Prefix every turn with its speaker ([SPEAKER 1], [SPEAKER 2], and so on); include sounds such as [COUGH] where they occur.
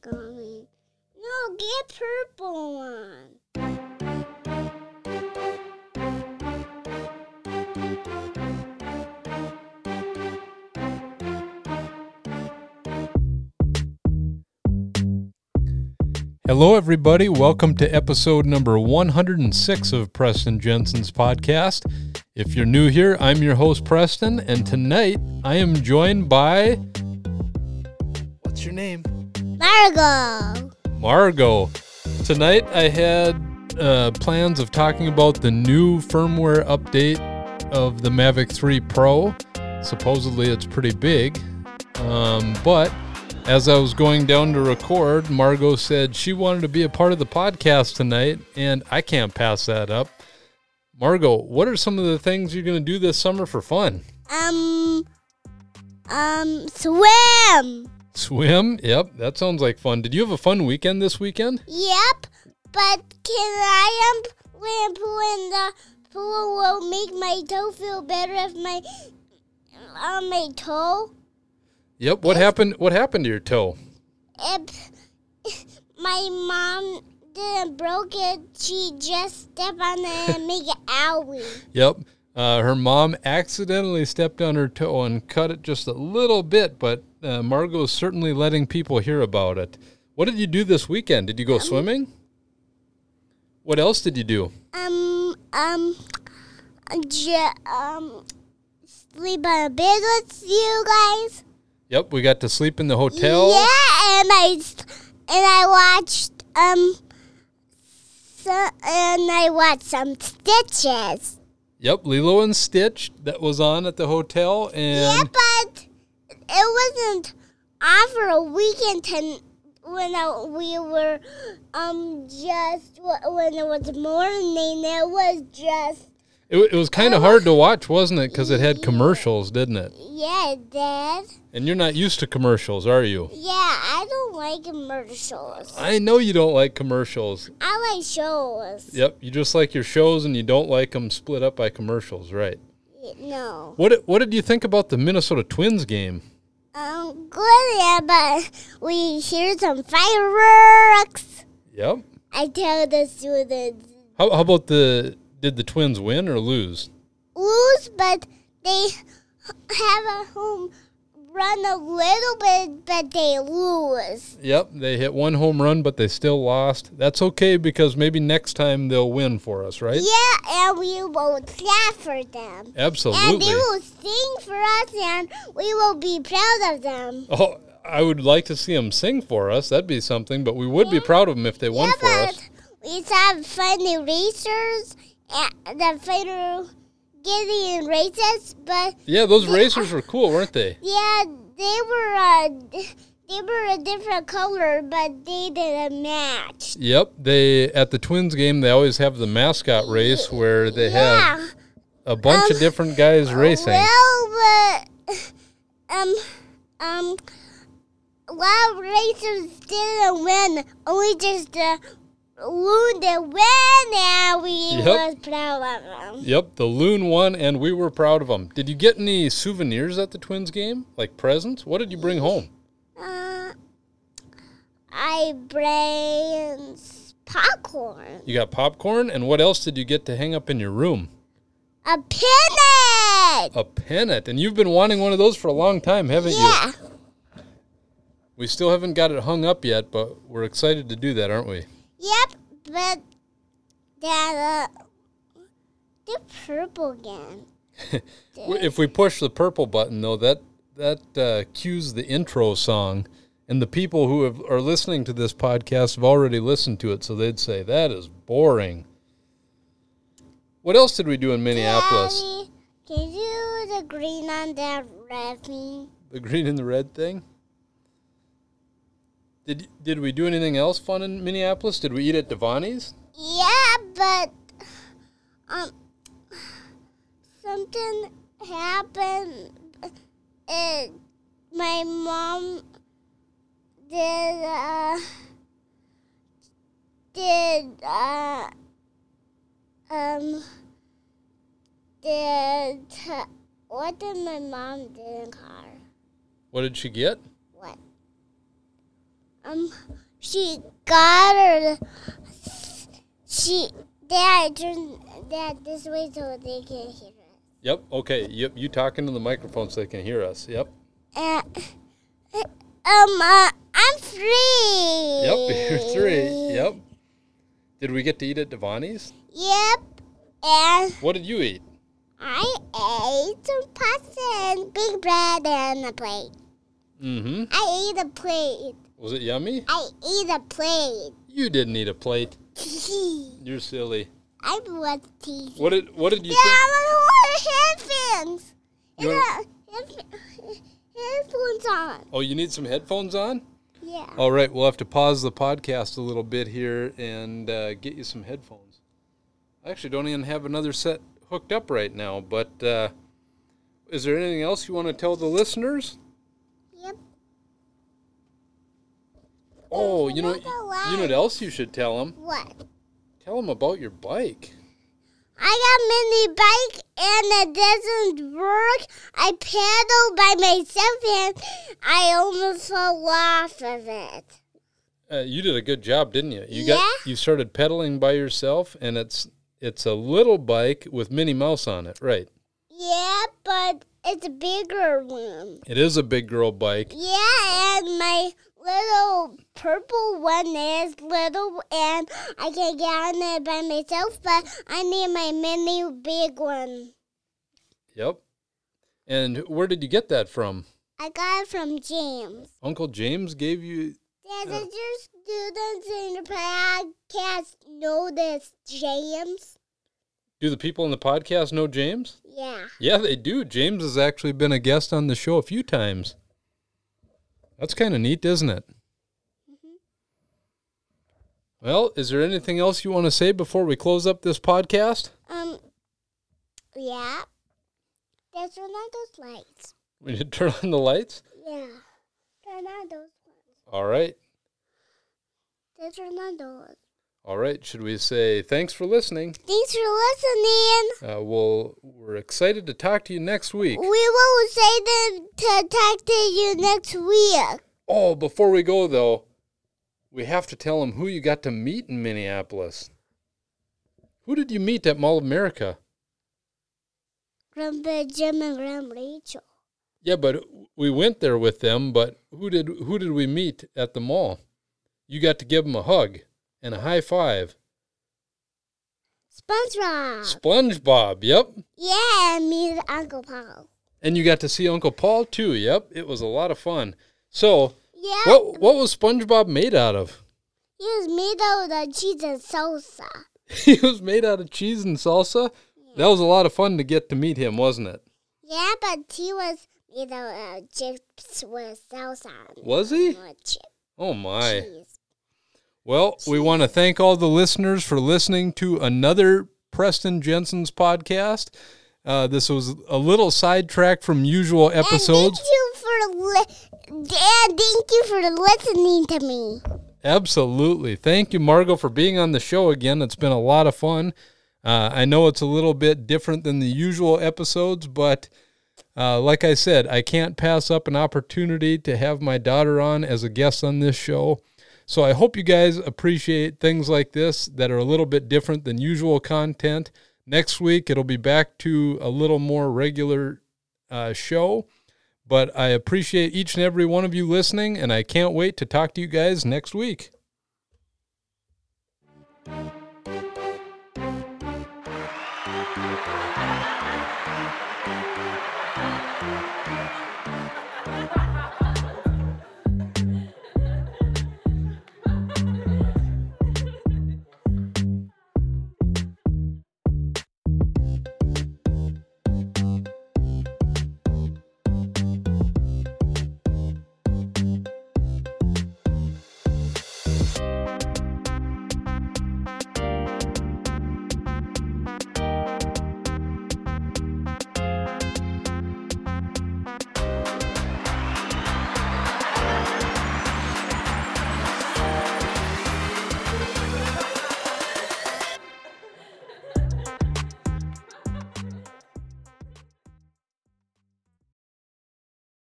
[SPEAKER 1] going. No, get purple one.
[SPEAKER 2] Hello, everybody. Welcome to episode number 106 of Preston Jensen's podcast. If you're new here, I'm your host, Preston, and tonight I am joined by. What's your name?
[SPEAKER 1] Largo.
[SPEAKER 2] Margot. Tonight I had uh, plans of talking about the new firmware update of the Mavic 3 Pro. Supposedly it's pretty big, um, but as I was going down to record, Margot said she wanted to be a part of the podcast tonight, and I can't pass that up. Margot, what are some of the things you're going to do this summer for fun?
[SPEAKER 1] Um, um, swim.
[SPEAKER 2] Swim? Yep, that sounds like fun. Did you have a fun weekend this weekend?
[SPEAKER 1] Yep, but can I um play in pool in the pool will make my toe feel better if my um, on my toe?
[SPEAKER 2] Yep. What happened? What happened to your toe?
[SPEAKER 1] If [LAUGHS] my mom didn't broke it, she just stepped on it and make it owie.
[SPEAKER 2] Yep. Uh, her mom accidentally stepped on her toe and cut it just a little bit, but uh, Margot is certainly letting people hear about it. What did you do this weekend? Did you go swimming? What else did you do?
[SPEAKER 1] Um, um, j- um, sleep on a bed with you guys.
[SPEAKER 2] Yep, we got to sleep in the hotel.
[SPEAKER 1] Yeah, and I s- and I watched um, so, and I watched some stitches.
[SPEAKER 2] Yep, Lilo and Stitch that was on at the hotel,
[SPEAKER 1] Yeah,
[SPEAKER 2] and
[SPEAKER 1] but it wasn't on for a weekend ten, when I, we were um just wh- when it was morning. It was just
[SPEAKER 2] it, wa- it was kind of hard to watch, wasn't it? Because it had commercials, didn't it?
[SPEAKER 1] yeah, Dad.
[SPEAKER 2] And you're not used to commercials, are you?
[SPEAKER 1] Yeah, I don't like commercials.
[SPEAKER 2] I know you don't like commercials.
[SPEAKER 1] I like shows.
[SPEAKER 2] Yep, you just like your shows and you don't like them split up by commercials, right?
[SPEAKER 1] No,
[SPEAKER 2] What did- what did you think about the Minnesota Twins game?
[SPEAKER 1] um, good. Yeah, but we hear some fireworks.
[SPEAKER 2] Yep.
[SPEAKER 1] I tell the students
[SPEAKER 2] How, how about the did the Twins win or lose?
[SPEAKER 1] lose, but they have a home run a little bit, but they lose.
[SPEAKER 2] Yep, they hit one home run but they still lost. That's okay because maybe next time they'll win for us, right?
[SPEAKER 1] Yeah, and we will clap for them. And
[SPEAKER 2] Absolutely.
[SPEAKER 1] they will sing for us, and we will be proud of them.
[SPEAKER 2] Oh, I would like to see them sing for us. That'd be something, but we would be proud of them if they won
[SPEAKER 1] yeah,
[SPEAKER 2] for us.
[SPEAKER 1] but we saw funny racers and the fighter getting races, but
[SPEAKER 2] Yeah, those racers were cool, weren't they?
[SPEAKER 1] yeah, they were uh, they were a different color, but they didn't match.
[SPEAKER 2] Yep, they at the Twins game they always have the mascot race where they have
[SPEAKER 1] Yeah.
[SPEAKER 2] a bunch of different guys racing.
[SPEAKER 1] Um, oh, Well, but um, um, well, racers didn't win. Only just the wounded win, and we
[SPEAKER 2] Yep.
[SPEAKER 1] was proud of them.
[SPEAKER 2] Yep, the loon won, and we were proud of them. Did you get any souvenirs at the Twins game, like presents? What did you bring home?
[SPEAKER 1] Uh, I brains popcorn.
[SPEAKER 2] You got popcorn, and what else did you get to hang up in your room?
[SPEAKER 1] A pennant.
[SPEAKER 2] A pennant, and you've been wanting one of those for a long time, haven't you?
[SPEAKER 1] Yeah,
[SPEAKER 2] We still haven't got it hung up yet, but we're excited to do that, aren't we?
[SPEAKER 1] yep. But that uh, the purple again.
[SPEAKER 2] W- If we push the purple button, though, that that uh, cues the intro song, and the people who have, are listening to this podcast have already listened to it, so they'd say that is boring. What else did we do in Minneapolis?
[SPEAKER 1] Daddy, can you do the green on that red thing?
[SPEAKER 2] The green and the red thing. Did did we do anything else fun in Minneapolis? Did we eat at Devani's?
[SPEAKER 1] Yeah, but um, something happened. It, my mom did uh did uh um did what did my mom do in car?
[SPEAKER 2] What did she get?
[SPEAKER 1] What? um, she got her. She dad turn dad this way so they can hear it.
[SPEAKER 2] Yep. Okay. Yep. You talking to the microphone so they can hear us. Yep.
[SPEAKER 1] And Uh, um, uh, I'm free.
[SPEAKER 2] Yep. [LAUGHS] You're three. Yep. Did we get to eat at Devani's?
[SPEAKER 1] Yep. And
[SPEAKER 2] What did you eat?
[SPEAKER 1] I ate some pasta and big bread and a plate.
[SPEAKER 2] Mm-hmm.
[SPEAKER 1] I ate a plate.
[SPEAKER 2] Was it yummy?
[SPEAKER 1] I ate a plate. [LAUGHS]
[SPEAKER 2] You didn't eat a plate. You're silly.
[SPEAKER 1] I was teasing.
[SPEAKER 2] What did What did you
[SPEAKER 1] Yeah,
[SPEAKER 2] think?
[SPEAKER 1] I want to
[SPEAKER 2] You
[SPEAKER 1] wear headphones. And, uh, Headphones on.
[SPEAKER 2] Oh, you need some headphones on.
[SPEAKER 1] Yeah.
[SPEAKER 2] All right. We'll have to pause the podcast a little bit here and uh, get you some headphones. I actually don't even have another set hooked up right now. But uh, is there anything else you want to tell the listeners?
[SPEAKER 1] Yep.
[SPEAKER 2] Oh, you know,
[SPEAKER 1] Not the
[SPEAKER 2] you know what else you should tell them?
[SPEAKER 1] What?
[SPEAKER 2] Tell them about your bike.
[SPEAKER 1] I got mini bike and it doesn't work. I pedal by myself and I almost fell off of it.
[SPEAKER 2] Uh, you did a good job, didn't you? You got
[SPEAKER 1] Yeah.
[SPEAKER 2] you started pedaling by yourself, and it's it's a little bike with Minnie Mouse on it, right?
[SPEAKER 1] Yeah, but it's a bigger one.
[SPEAKER 2] It is a big girl bike.
[SPEAKER 1] Yeah, and my little purple one is little, and I can get on it by myself, but I need my mini big one.
[SPEAKER 2] Yep. And where did you get that from?
[SPEAKER 1] I got it from James.
[SPEAKER 2] Uncle James gave you.
[SPEAKER 1] Dad, did your students in the podcast know this, James?
[SPEAKER 2] Do the people in the podcast know James?
[SPEAKER 1] Yeah.
[SPEAKER 2] Yeah, they do. James has actually been a guest on the show a few times. That's kind of neat, isn't it? Well, is there anything else you want to say before we close up this podcast? [LAUGHS]
[SPEAKER 1] Um. Yeah. That's turn on those lights.
[SPEAKER 2] We need to turn on the lights.
[SPEAKER 1] Yeah. Turn on those ones.
[SPEAKER 2] All right.
[SPEAKER 1] That's turn on those.
[SPEAKER 2] All right. Should we say thanks for listening?
[SPEAKER 1] Thanks for listening.
[SPEAKER 2] Uh, well, we're excited to talk to you next week.
[SPEAKER 1] We will say them to talk to you next week.
[SPEAKER 2] Oh, before we go, though, we have to tell them who you got to meet in Minneapolis. Who did you meet at Mall of America?
[SPEAKER 1] Grandpa Jim and Grandma Rachel.
[SPEAKER 2] Yeah, but we went there with them. But who did who did we meet at the mall? You got to give them a hug and a high five.
[SPEAKER 1] SpongeBob.
[SPEAKER 2] SpongeBob. Yep.
[SPEAKER 1] Yeah, and me and Uncle Paul.
[SPEAKER 2] And you got to see Uncle Paul too. Yep. It was a lot of fun. So,
[SPEAKER 1] Yeah,
[SPEAKER 2] what what was SpongeBob made out of?
[SPEAKER 1] he was made out of cheese and salsa.
[SPEAKER 2] [LAUGHS] he was made out of cheese and salsa. That was a lot of fun to get to meet him, wasn't it?
[SPEAKER 1] Yeah, but he was made out of chips with salsa. on
[SPEAKER 2] Was he?
[SPEAKER 1] it, or chip
[SPEAKER 2] Oh my.
[SPEAKER 1] cheese.
[SPEAKER 2] Well, we want to thank all the listeners for listening to another Preston Jensen's podcast. Uh, this was a little sidetrack from usual
[SPEAKER 1] And thank
[SPEAKER 2] episodes.
[SPEAKER 1] you for li- and thank you for listening to me.
[SPEAKER 2] Absolutely. Thank you, Margot, for being on the show again. It's been a lot of fun. Uh, I know it's a little bit different than the usual episodes, but uh, like I said, I can't pass up an opportunity to have my daughter on as a guest on this show. So I hope you guys appreciate things like this that are a little bit different than usual content. Next week, it'll be back to a little more regular uh, show but I appreciate each and every one of you listening, and I can't wait to talk to you guys next week.